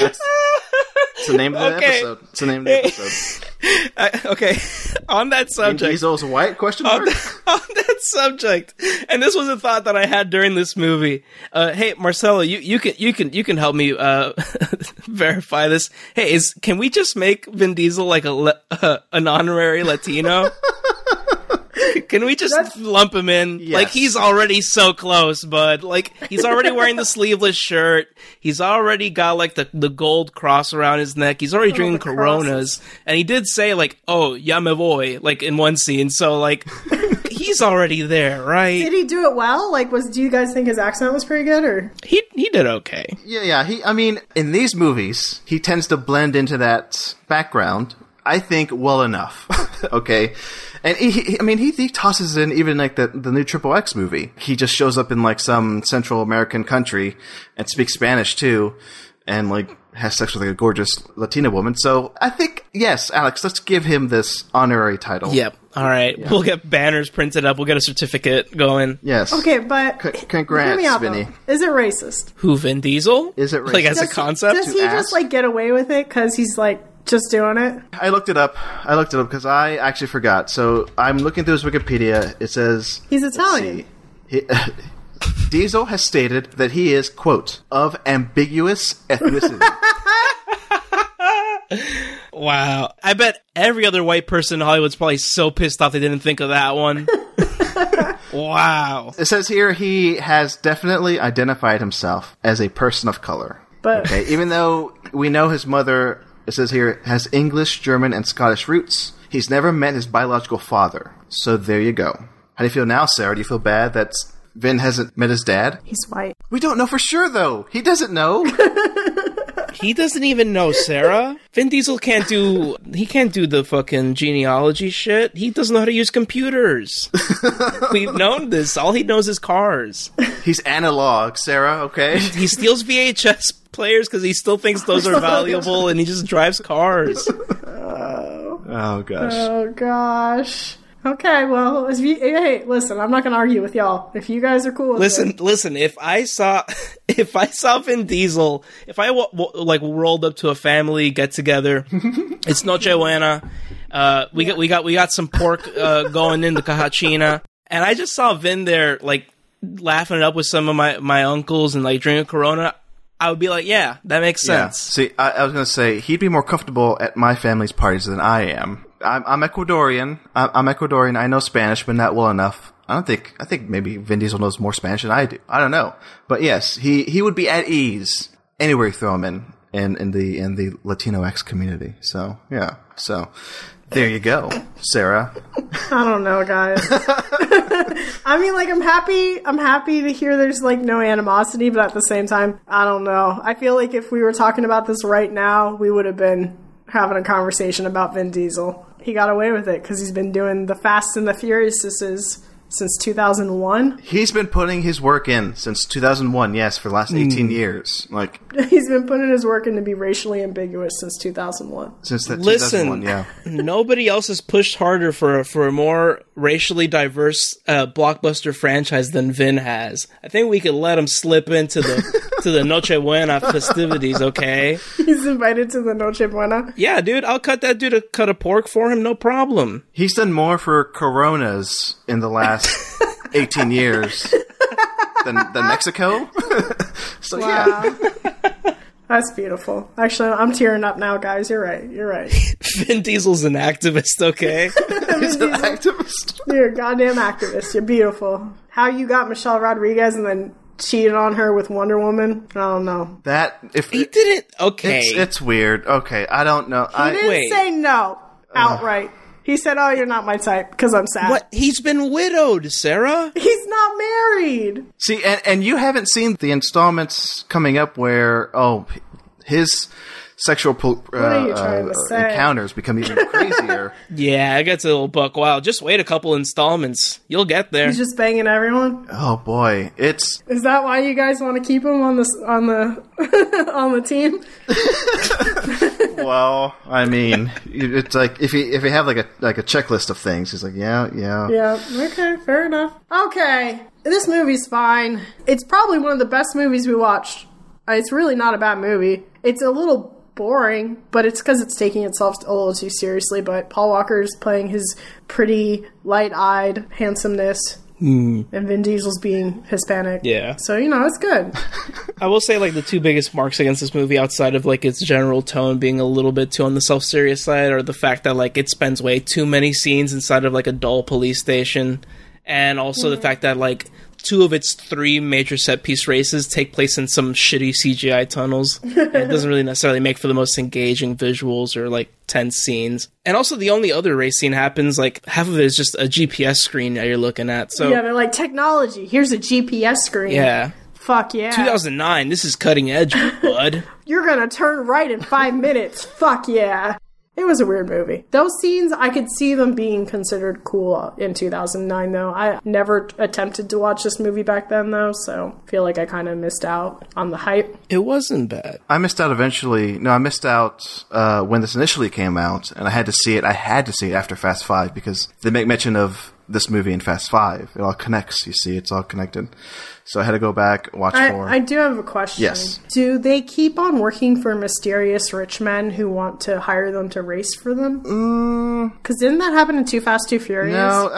Speaker 3: That's, it's the name of
Speaker 1: <laughs>
Speaker 3: the
Speaker 1: Okay.
Speaker 3: episode. It's the name of
Speaker 1: <laughs>
Speaker 3: the episode.
Speaker 1: I, okay, on that
Speaker 3: Vin
Speaker 1: subject.
Speaker 3: Diesel's white question mark.
Speaker 1: on <laughs> that subject, and this was a thought that I had during this movie. Uh, hey, Marcelo, you, you can you can you can help me uh, <laughs> verify this. Hey, is can we just make Vin Diesel like a le- <laughs> uh, an honorary Latino? Can we just lump him in? Like he's already so close, bud. Like he's already wearing the sleeveless shirt. He's already got like the, the gold cross around his neck. He's already drinking
Speaker 2: the
Speaker 1: Coronas, and he did say like, "Oh, ya me voy," like in one scene. So like, he's already there, right?
Speaker 2: Did he do it well? Like, was do you guys think his accent was pretty good, or
Speaker 1: He he did okay.
Speaker 3: Yeah, yeah. He, I mean, in these movies, he tends to blend into that background. I think well enough. <laughs> okay, and he, he, I mean, he, he tosses in even like the the new Triple X movie. He just shows up in like some Central American country and speaks Spanish too, and like has sex with like, a gorgeous Latina woman. So I think yes, Alex, let's give him this honorary title.
Speaker 1: Yep. All right, we'll get banners printed up. We'll get a certificate going.
Speaker 3: Yes.
Speaker 2: okay? But
Speaker 3: C- congrats,
Speaker 2: hear me out, though.
Speaker 3: Vinny.
Speaker 2: Is it racist?
Speaker 1: Who Vin Diesel?
Speaker 3: Is it
Speaker 1: like as
Speaker 3: racist?
Speaker 1: a
Speaker 3: Does-
Speaker 1: concept?
Speaker 2: Does he
Speaker 3: ask?
Speaker 2: just like get away with it because he's like just doing it?
Speaker 3: I looked it up. I looked it up because I actually forgot. So I'm looking through his Wikipedia. It says
Speaker 2: He's
Speaker 3: let's
Speaker 2: Italian.
Speaker 3: see. He- <laughs> Diesel has stated that he is quote of ambiguous
Speaker 2: <laughs>
Speaker 3: ethnicity.
Speaker 1: Wow. I bet every other white person in Hollywood's probably so pissed off they didn't think of that one. wow.
Speaker 3: it says here he has definitely identified himself as a person of color.
Speaker 2: But
Speaker 3: Okay, even though we know his mother, it says here has English, German, and Scottish roots. He's never met his biological father. So there you go. How do you feel now, Sarah? Do you feel bad that Vin hasn't met his dad?
Speaker 2: he's white.
Speaker 3: We don't know for sure, though. He doesn't know. <laughs>
Speaker 1: He doesn't even know Sarah. Vin Diesel can't do he can't do the fucking genealogy shit. He doesn't know how to use computers. We've known this. All he knows is cars.
Speaker 3: He's analog, Sarah. Okay.
Speaker 1: He steals VHS players because he still thinks those are valuable and he just drives cars.
Speaker 3: <laughs> Oh gosh.
Speaker 2: Oh gosh. Okay, well, if you, hey, listen, I'm not gonna argue with y'all. If you guys are cool, with
Speaker 1: Listen,
Speaker 2: it.
Speaker 1: listen. If I saw, <laughs> if I saw Vin Diesel, if I w- w- like rolled up to a family get together, it's Noche Buena. Uh, we got we got we got some pork uh, going into Cajachina, and I just saw Vin there like laughing it up with some of my my uncles and like drinking Corona. I would be like, yeah, that makes
Speaker 3: yeah.
Speaker 1: sense.
Speaker 3: See, I, I was gonna say he'd be more comfortable at my family's parties than I am. I'm, I'm Ecuadorian. I'm, I'm Ecuadorian. I know Spanish, but not well enough. I don't think. I think maybe Vin Diesel knows more Spanish than I do. I don't know. But yes, he he would be at ease anywhere you throw him in, in in the in the Latino X community. So yeah. So there you go, Sarah.
Speaker 2: I don't know, guys. I mean, like, I'm happy. I'm happy to hear there's like no animosity, but at the same time, I don't know. I feel like if we were talking about this right now, we would have been having a conversation about Vin Diesel. He got away with it because he's been doing the Fast and the Furious since 2001.
Speaker 3: He's been putting his work in since 2001. Yes, for the
Speaker 2: Hmm.
Speaker 3: last 18 years. Like
Speaker 2: <laughs> He's been putting his work in to be racially ambiguous since 2001.
Speaker 3: since that
Speaker 1: Listen,
Speaker 3: 2001. Yeah.
Speaker 1: nobody else has pushed harder for for a more racially diverse uh, blockbuster franchise than Vin has. I think we could let him slip into the
Speaker 3: <laughs>
Speaker 1: to the Noche Buena festivities. Okay,
Speaker 2: <laughs> He's invited to the Noche Buena.
Speaker 1: yeah, dude, I'll cut that dude a cut a pork for him, no problem. <laughs>
Speaker 3: He's done more for Coronas in
Speaker 2: <laughs>
Speaker 3: the last 18 <laughs> years than, than Mexico. so, yeah.
Speaker 2: That's beautiful. Actually, I'm tearing up now, guys. You're right. You're right.
Speaker 1: Vin Diesel's an activist, okay?
Speaker 3: <laughs> He's an activist.
Speaker 2: You're a goddamn activist. You're beautiful. How you got Michelle Rodriguez and then cheated on her with Wonder Woman? I don't know.
Speaker 3: That if
Speaker 1: he didn't. Okay.
Speaker 3: it's, it's weird. Okay, I don't know. I,
Speaker 2: He didn't
Speaker 1: Wait.
Speaker 2: say no outright. he said, "Oh, you're not my type because I'm sad."
Speaker 1: what? He's been widowed, Sarah?
Speaker 2: He's not married.
Speaker 3: See, and, and you haven't seen the installments coming up where oh, his sexual po- uh,
Speaker 2: are you trying
Speaker 3: uh,
Speaker 2: to say?
Speaker 3: encounters become even
Speaker 2: <laughs>
Speaker 3: crazier.
Speaker 1: Yeah, I got to little buck. Wow, just wait a couple installments. You'll get there.
Speaker 2: He's just banging everyone.
Speaker 3: oh boy, it's
Speaker 2: Is that why you guys want to keep him on this on the <laughs> on the team?
Speaker 3: well, I <laughs> mean, it's like if you if you have like a like a checklist of things, it's like yeah, yeah,
Speaker 2: Yeah. Okay. Fair enough. Okay. This movie's fine. It's probably one of the best movies we watched. Uh, It's really not a bad movie. It's a little boring, but it's because it's taking itself a little too seriously. But Paul Walker's playing his pretty light-eyed handsomeness, and Vin Diesel's being Hispanic.
Speaker 1: Hmm. Yeah.
Speaker 2: So you know it's good.
Speaker 1: <laughs> I will say, like, the two biggest marks against this movie, outside of, like, its general tone being a little bit too on the self serious side, are the fact that, like, it spends way too many scenes inside of, like, a dull police station, and also the fact that, like, two of its three major set piece races take place in some shitty CGI tunnels. and it doesn't really necessarily make for the most engaging visuals or, like, tense scenes. And also, the only other race scene happens, like, half of it is just a GPS screen that you're looking at. So,
Speaker 2: yeah, they're like technology. Here's a GPS screen.
Speaker 1: yeah.
Speaker 2: Fuck yeah.
Speaker 1: 2009, this is cutting edge, bud.
Speaker 2: you're gonna turn right in five <laughs> minutes. Fuck yeah. It was a weird movie. Those scenes, I could see them being considered cool in 2009, though. I never attempted to watch this movie back then, though, so feel like I kind of missed out on the hype.
Speaker 1: It wasn't bad.
Speaker 3: I missed out eventually. No, I missed out uh, when this initially came out, and I had to see it. I had to see it after Fast Five because they make mention of this movie in Fast Five. It all connects. You see, it's all connected. So I had to go back watch four.
Speaker 2: I, I do have a question.
Speaker 3: Yes.
Speaker 2: Do they keep on working for mysterious rich men who want to hire them to race for them? Because didn't that happen in Too Fast, Too Furious?
Speaker 3: Mm.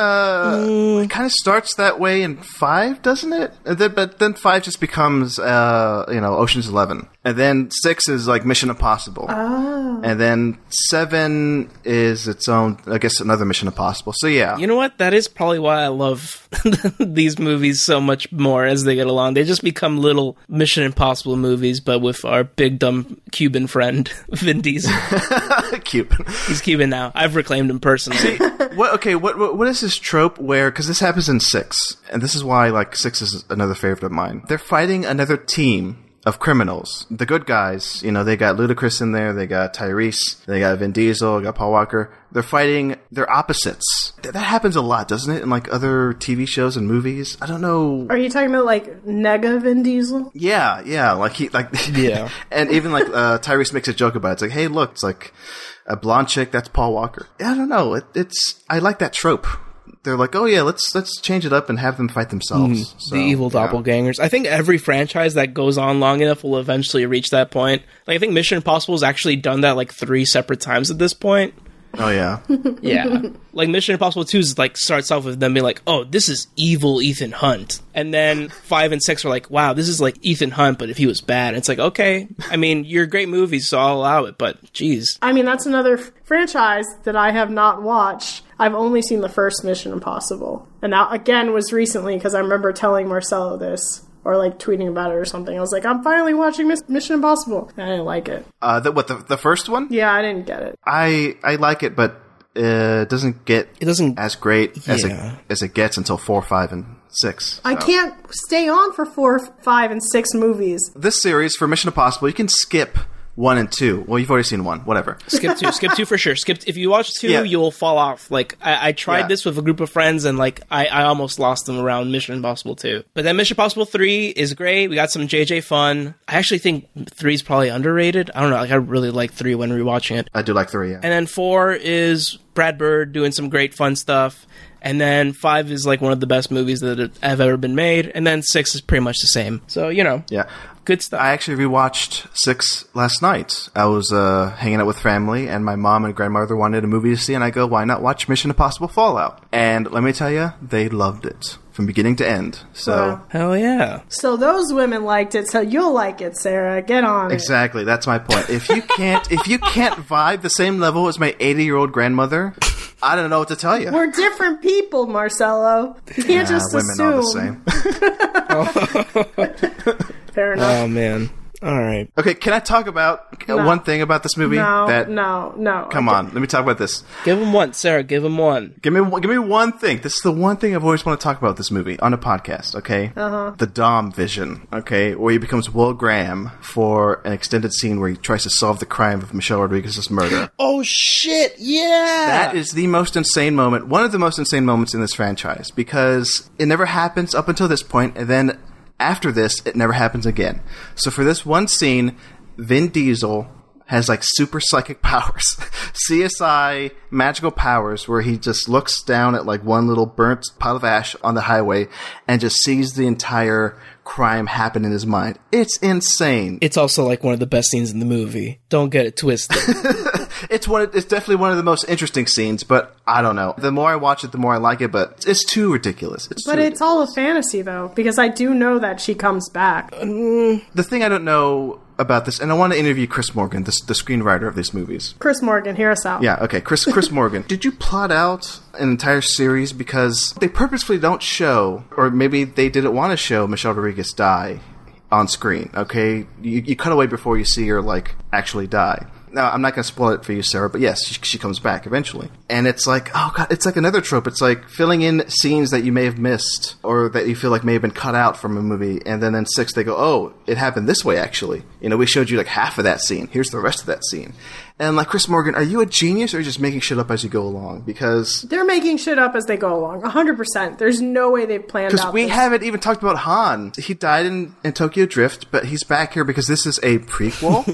Speaker 3: no, uh, it kind of starts that way in five, doesn't it? And then, but then five just becomes, uh, you know, Ocean's Eleven, and then six is like Mission Impossible, and then seven is its own, I guess, another Mission Impossible. So yeah, <laughs>
Speaker 1: You know what? That is probably why I love <laughs> these movies so much more as they get along. They just become little Mission Impossible movies, but with our big dumb Cuban friend <laughs> Vin Diesel.
Speaker 3: Cuban.
Speaker 1: He's Cuban now. I've reclaimed him personally.
Speaker 3: what okay what, what what is this trope where because this happens in six and this is why like six is another favorite of mine they're fighting another team of criminals the good guys you know they got ludacris in there they got tyrese they got vin diesel they got paul walker they're fighting their opposites Th- that happens a lot doesn't it in like other tv shows and movies i don't know
Speaker 2: Are you talking about like Nega Vin Diesel?
Speaker 3: yeah yeah like he like <laughs>
Speaker 1: Yeah.
Speaker 3: and even like uh, tyrese makes a joke about it it's like hey look it's like a blonde chick that's paul walker i don't know it, it's i like that trope they're like oh yeah let's let's change it up and have them fight themselves
Speaker 1: Mm-hmm.
Speaker 3: So,
Speaker 1: the evil
Speaker 3: yeah.
Speaker 1: doppelgangers. I think every franchise that goes on long enough will eventually reach that point. Like I think Mission Impossible has actually done that like three separate times at this point. <laughs>
Speaker 3: oh yeah
Speaker 1: Yeah. like Mission Impossible 2 is like starts off with them being like, "Oh, this is evil Ethan Hunt." And then 5 and 6 are like, "Wow, this is like Ethan Hunt but if he was bad." And it's like, "Okay, I mean, you're great movies, so I'll allow it, but jeez."
Speaker 2: I mean, that's another f- franchise that I have not watched. I've only seen the first Mission Impossible. And that, again, was recently because I remember telling Marcelo this or like tweeting about it or something. I was like, I'm finally watching Miss- Mission Impossible. And I didn't like it.
Speaker 3: uh, the, what the, the first one
Speaker 2: Yeah, I didn't get it.
Speaker 3: i i like it but uh, it doesn't get
Speaker 1: It doesn't
Speaker 3: as great as
Speaker 1: Yeah.
Speaker 3: it as it gets until four five and six
Speaker 2: I can't stay on for four, five, and six movies.
Speaker 3: this series for mission impossible you can skip one and two well you've already seen one whatever
Speaker 1: skip 2, skip 2 for sure. Skip if you watch 2,
Speaker 3: Yeah.
Speaker 1: you'll fall off. Like I, I tried
Speaker 3: Yeah.
Speaker 1: this with a group of friends and like I, I almost lost them around Mission Impossible 2. But then Mission Impossible 3 is great. We got some JJ fun. I actually think 3 is probably underrated. I don't know, like I really like 3 when rewatching it.
Speaker 3: i do like three yeah
Speaker 1: And then four is Brad Bird doing some great fun stuff. And then five is like one of the best movies that have ever been made. And then six is pretty much the same. So, you know,
Speaker 3: Yeah.
Speaker 1: good stuff.
Speaker 3: I actually rewatched Six last night. I was uh, hanging out with family, and my mom and grandmother wanted a movie to see, and I go, "Why not watch Mission Impossible Fallout?" And let me tell you, they loved it from beginning to end. So
Speaker 2: Wow.
Speaker 1: Hell yeah.
Speaker 2: So those women liked it, so you'll like it, Sarah. Get on it.
Speaker 3: exactly, that's my point. If you can't, if you can't vibe the same level as my eighty-year-old grandmother, I don't know what to tell you.
Speaker 2: We're different people, Marcelo. You can't
Speaker 3: Uh,
Speaker 2: just
Speaker 3: women
Speaker 2: assume.
Speaker 3: are the same. <laughs> Oh.
Speaker 2: Fair enough.
Speaker 1: <laughs> Oh,
Speaker 3: Um,
Speaker 1: man. All right.
Speaker 3: Okay, can I talk about uh,
Speaker 2: No.
Speaker 3: one thing about this movie?
Speaker 2: no,
Speaker 3: that
Speaker 2: no, no.
Speaker 3: come on, let me talk about this.
Speaker 1: Give him one, Sarah. Give him one.
Speaker 3: Give me one- give me one thing. This is the one thing I've always wanted to talk about this movie on a podcast. Okay, uh-huh. the Dom vision. Okay, where he becomes Will Graham for an extended scene where he tries to solve the crime of Michelle Rodriguez's murder.
Speaker 1: Oh, shit. Yeah.
Speaker 3: That is the most insane moment. One of the most insane moments in this franchise because it never happens up until this point, and then after this, it never happens again. So for this one scene, Vin Diesel has like super psychic <laughs> powers, CSI magical powers, where he just looks down at like one little burnt pile of ash on the highway and just sees the entire crime happen in his mind. It's insane.
Speaker 1: It's also like one of the best scenes in the movie. Don't get it twisted.
Speaker 3: it's one. It's definitely one of the most interesting scenes, but I don't know. The more I watch it, the more I like it, but it's too ridiculous. It's
Speaker 2: But
Speaker 3: too-
Speaker 2: it's all a fantasy, though, because I do know that she comes back.
Speaker 3: the thing I don't know about this, and I want to interview Chris Morgan, the, the screenwriter of these movies.
Speaker 2: Chris Morgan, hear us out.
Speaker 3: Yeah, okay, Chris Chris Morgan. Did you plot out an entire series because they purposefully don't show, or maybe they didn't want to show Michelle Rodriguez die on screen? Okay, you, you cut away before you see her like actually die. Now I'm not going to spoil it for you, Sarah, but yes, she, she comes back eventually, and it's like, oh god, it's like another trope. It's like filling in scenes that you may have missed or that you feel like may have been cut out from a movie, and then in six they go, oh, it happened this way actually. You know, we showed you like half of that scene. Here's the rest of that scene. And like Chris Morgan, are you a genius or are you just making shit up as you go along? Because
Speaker 2: They're making shit up as they go along. 100%. There's no way they've planned
Speaker 3: because
Speaker 2: out.
Speaker 3: we
Speaker 2: this.
Speaker 3: haven't even talked about Han. He died in, in Tokyo Drift, but he's back here because this is
Speaker 2: <laughs>
Speaker 3: a prequel.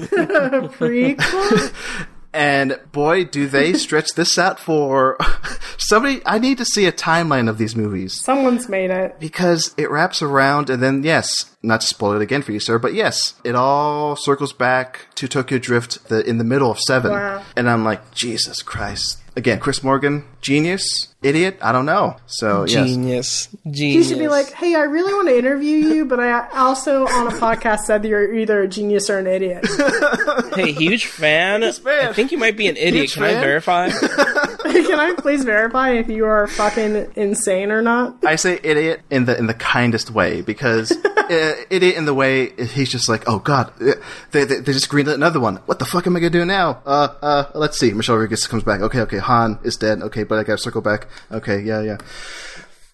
Speaker 2: <laughs>
Speaker 3: <laughs>
Speaker 2: prequel.
Speaker 3: and boy, do they stretch this out for <laughs> somebody. I need to see a timeline of these movies
Speaker 2: Someone's made it.
Speaker 3: because it wraps around, and then yes, not to spoil it again for you, sir, but yes, it all circles back to Tokyo Drift the, in the middle of seven.
Speaker 2: Wow.
Speaker 3: And I'm like, Jesus Christ. Again, Chris Morgan, genius, idiot, I don't know. So, <laughs> yes.
Speaker 1: Genius.
Speaker 2: You
Speaker 1: Genius.
Speaker 2: should be like, hey, I really want to interview you, but I also on a podcast said that you're either a genius or an idiot. <laughs>
Speaker 1: hey, huge fan.
Speaker 3: fan.
Speaker 1: I think you might be an idiot.
Speaker 3: Huge
Speaker 1: Can I
Speaker 3: fan. <laughs>
Speaker 1: verify?
Speaker 2: Can I please verify if you are fucking insane or not?
Speaker 3: I say idiot in the in the kindest way because uh, idiot in the way he's just like, oh god, uh, they, they they just greenlit another one. What the fuck am I gonna do now? Uh, uh, let's see. Michelle Rodriguez comes back. Okay, okay, Han is dead. Okay, but I gotta circle back. Okay, yeah, yeah.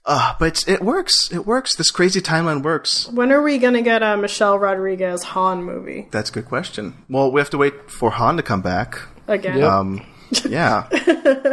Speaker 3: Uh, but it's- it works. It works. This crazy timeline works.
Speaker 2: When are we gonna get a Michelle Rodriguez Han movie
Speaker 3: That's a good question. Well, we have to wait for Han to come back.
Speaker 2: again?
Speaker 1: Yep.
Speaker 3: Um, yeah.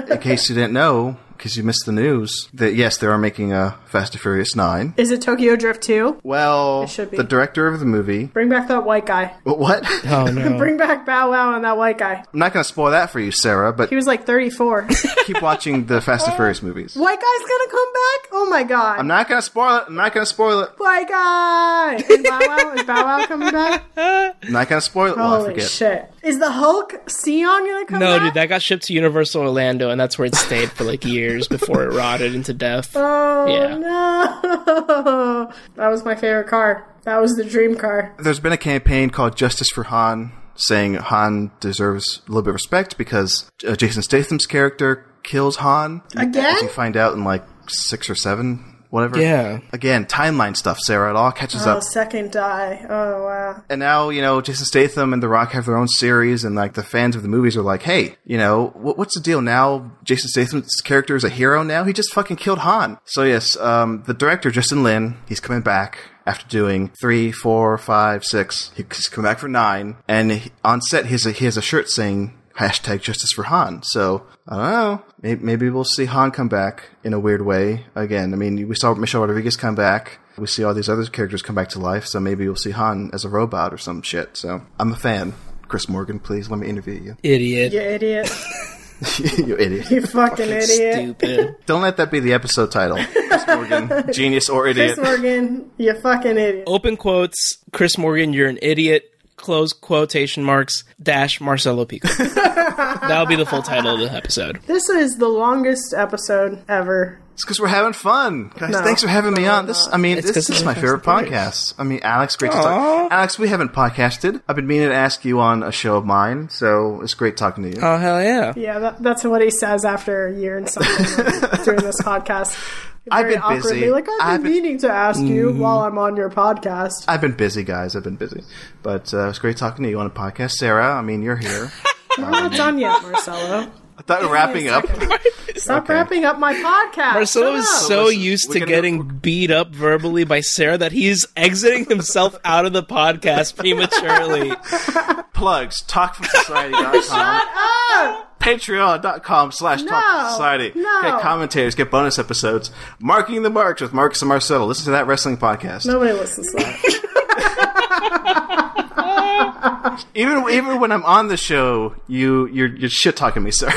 Speaker 3: in case you didn't know, because you missed the news, that yes, they are making a Fast and Furious Nine.
Speaker 2: Is it Tokyo Drift 2?
Speaker 3: Well,
Speaker 2: should be.
Speaker 3: the director of the movie.
Speaker 2: Bring back that white guy.
Speaker 3: But What?
Speaker 1: oh, no.
Speaker 2: Bring back Bow Wow and that white guy.
Speaker 3: <laughs> I'm not going to spoil that for you, Sarah, but
Speaker 2: He was like
Speaker 3: <laughs>
Speaker 2: 34.
Speaker 3: keep
Speaker 2: <laughs>
Speaker 3: watching the Fast and Furious movies.
Speaker 2: white guy's gonna come back? Oh my god.
Speaker 3: I'm not going to spoil it. I'm not going to spoil it.
Speaker 2: white guy! Is Bow Wow, is Bow Wow coming
Speaker 3: <laughs>
Speaker 2: back?
Speaker 3: I'm not going to spoil it. Well, Oh, I
Speaker 2: Holy
Speaker 3: forget.
Speaker 2: shit. Is the Hulk Sion gonna come
Speaker 1: No,
Speaker 2: back?
Speaker 1: dude, that got shipped to Universal Orlando, and that's where it stayed for like years before it rotted into death.
Speaker 2: Oh
Speaker 1: Yeah.
Speaker 2: no. <laughs> That was my favorite car. That was the dream car.
Speaker 3: There's been a campaign called Justice for Han, saying Han deserves a little bit of respect because uh, Jason Statham's character kills Han. As you
Speaker 2: Again?
Speaker 3: find out in like six or seven, whatever.
Speaker 1: Yeah.
Speaker 3: Again, timeline stuff, Sarah. It all catches
Speaker 2: Oh,
Speaker 3: up.
Speaker 2: second die. Oh wow.
Speaker 3: and now you know Jason Statham and The Rock have their own series, and like the fans of the movies are like, hey, you know, wh- what's the deal now? Jason Statham's character is a hero now. He just fucking killed Han. So yes, um, the director Justin Lin, he's coming back after doing three, four, five, six. He's coming back for nine, and he- on set he has a, he has a shirt saying. Hashtag justice for Han. So, I don't know. May- Maybe we'll see Han come back in a weird way again. I mean, we saw Michelle Rodriguez come back. We see all these other characters come back to life, so maybe we'll see Han as a robot or some shit. So I'm a fan. Chris Morgan, please let me interview you.
Speaker 1: <laughs>
Speaker 3: <laughs>
Speaker 1: Idiot.
Speaker 2: You idiot.
Speaker 3: you idiot.
Speaker 2: You fucking idiot.
Speaker 1: Stupid.
Speaker 3: Don't let that be the episode title. Chris Morgan, genius or
Speaker 2: Chris
Speaker 3: idiot.
Speaker 2: Morgan, you fucking idiot.
Speaker 1: Open quotes, Chris Morgan, you're an idiot. Close quotation marks, dash Marcelo
Speaker 2: <laughs>
Speaker 1: Pico. That'll be the full title of the episode.
Speaker 2: This is the longest episode ever.
Speaker 3: It's because we're having fun, guys.
Speaker 2: No.
Speaker 3: thanks for having me on. This, I mean,
Speaker 1: It's
Speaker 3: this,
Speaker 1: 'cause
Speaker 3: this is
Speaker 1: it's
Speaker 3: my
Speaker 1: the
Speaker 3: favorite
Speaker 1: first
Speaker 3: podcast. I mean, Alex, great to
Speaker 1: Aw.
Speaker 3: talk. Alex, we haven't podcasted. I've been meaning to ask you on a show of mine, so it's great talking to you.
Speaker 2: Uh,
Speaker 1: Oh, hell yeah.
Speaker 2: Yeah, that, that's what he says after a year
Speaker 3: <laughs>
Speaker 2: and something like, doing this podcast.
Speaker 3: I've
Speaker 2: Very
Speaker 3: been busy.
Speaker 2: awkwardly, Like I've been,
Speaker 3: I've been- Mm-hmm.
Speaker 2: meaning to ask you while I'm on your podcast.
Speaker 3: I've been busy, guys. I've been busy, but uh, it's great talking to you on a podcast, Sarah. I mean, you're here.
Speaker 2: We're not done yet,
Speaker 3: <laughs>
Speaker 2: Marcelo.
Speaker 3: I thought
Speaker 2: <laughs>
Speaker 3: wrapping up.
Speaker 2: Stop
Speaker 3: Okay.
Speaker 2: wrapping up my podcast.
Speaker 1: Marcelo
Speaker 2: Shut
Speaker 1: is
Speaker 2: up.
Speaker 1: so
Speaker 3: Listen,
Speaker 1: used
Speaker 3: we
Speaker 1: to
Speaker 3: gotta-
Speaker 1: getting beat up verbally by Sarah that he's exiting himself out of the podcast prematurely.
Speaker 3: Plugs:
Speaker 2: <laughs>
Speaker 3: talkfromsociety.com,
Speaker 2: Ah!
Speaker 3: patreon.com slash talkfromsociety.
Speaker 2: no.
Speaker 3: Get commentators, get bonus episodes. Marking the Marks with Marcus and Marcelo. Listen to that wrestling podcast.
Speaker 2: Nobody listens to that.
Speaker 3: Even even when I'm on the show, you you're, you're shit talking me, sir.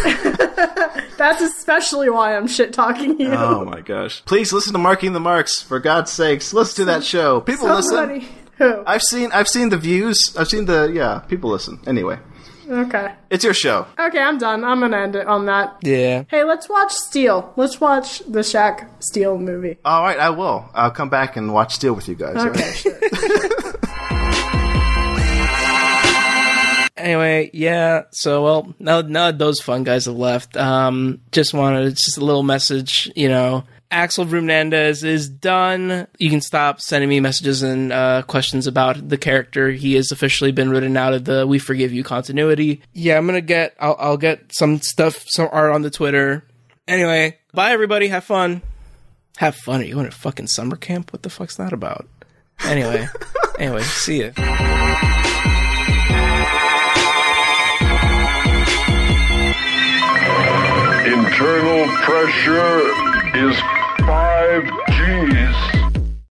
Speaker 2: That's especially why I'm shit talking you.
Speaker 3: <laughs> oh my gosh! Please listen to Marking the Marks for God's sakes. Listen to that show. People listen.
Speaker 2: Somebody who?
Speaker 3: I've seen I've seen the views. I've seen the yeah. People listen. Anyway,
Speaker 2: okay.
Speaker 3: it's your show.
Speaker 2: Okay, I'm done. I'm gonna end it on that.
Speaker 1: Yeah.
Speaker 2: Hey, let's watch Steel. Let's watch the Shaq Steel movie.
Speaker 3: All right, I will. I'll come back and watch Steel with you guys. all
Speaker 2: Okay,
Speaker 3: right?
Speaker 2: sure.
Speaker 1: Anyway, yeah. So, well, now now that those fun guys have left, um, just wanted it's just a little message. You know, Axel Brumnandez is done. You can stop sending me messages and uh, questions about the character. He has officially been written out of the "We Forgive You" continuity. Yeah, I'm gonna get. I'll, I'll get some stuff, some art on the Twitter. Anyway, bye everybody. Have fun. Have fun. Are you going to fucking summer camp? What the fuck's that about? Anyway, anyway, see ya.
Speaker 4: Internal pressure is 5 G's.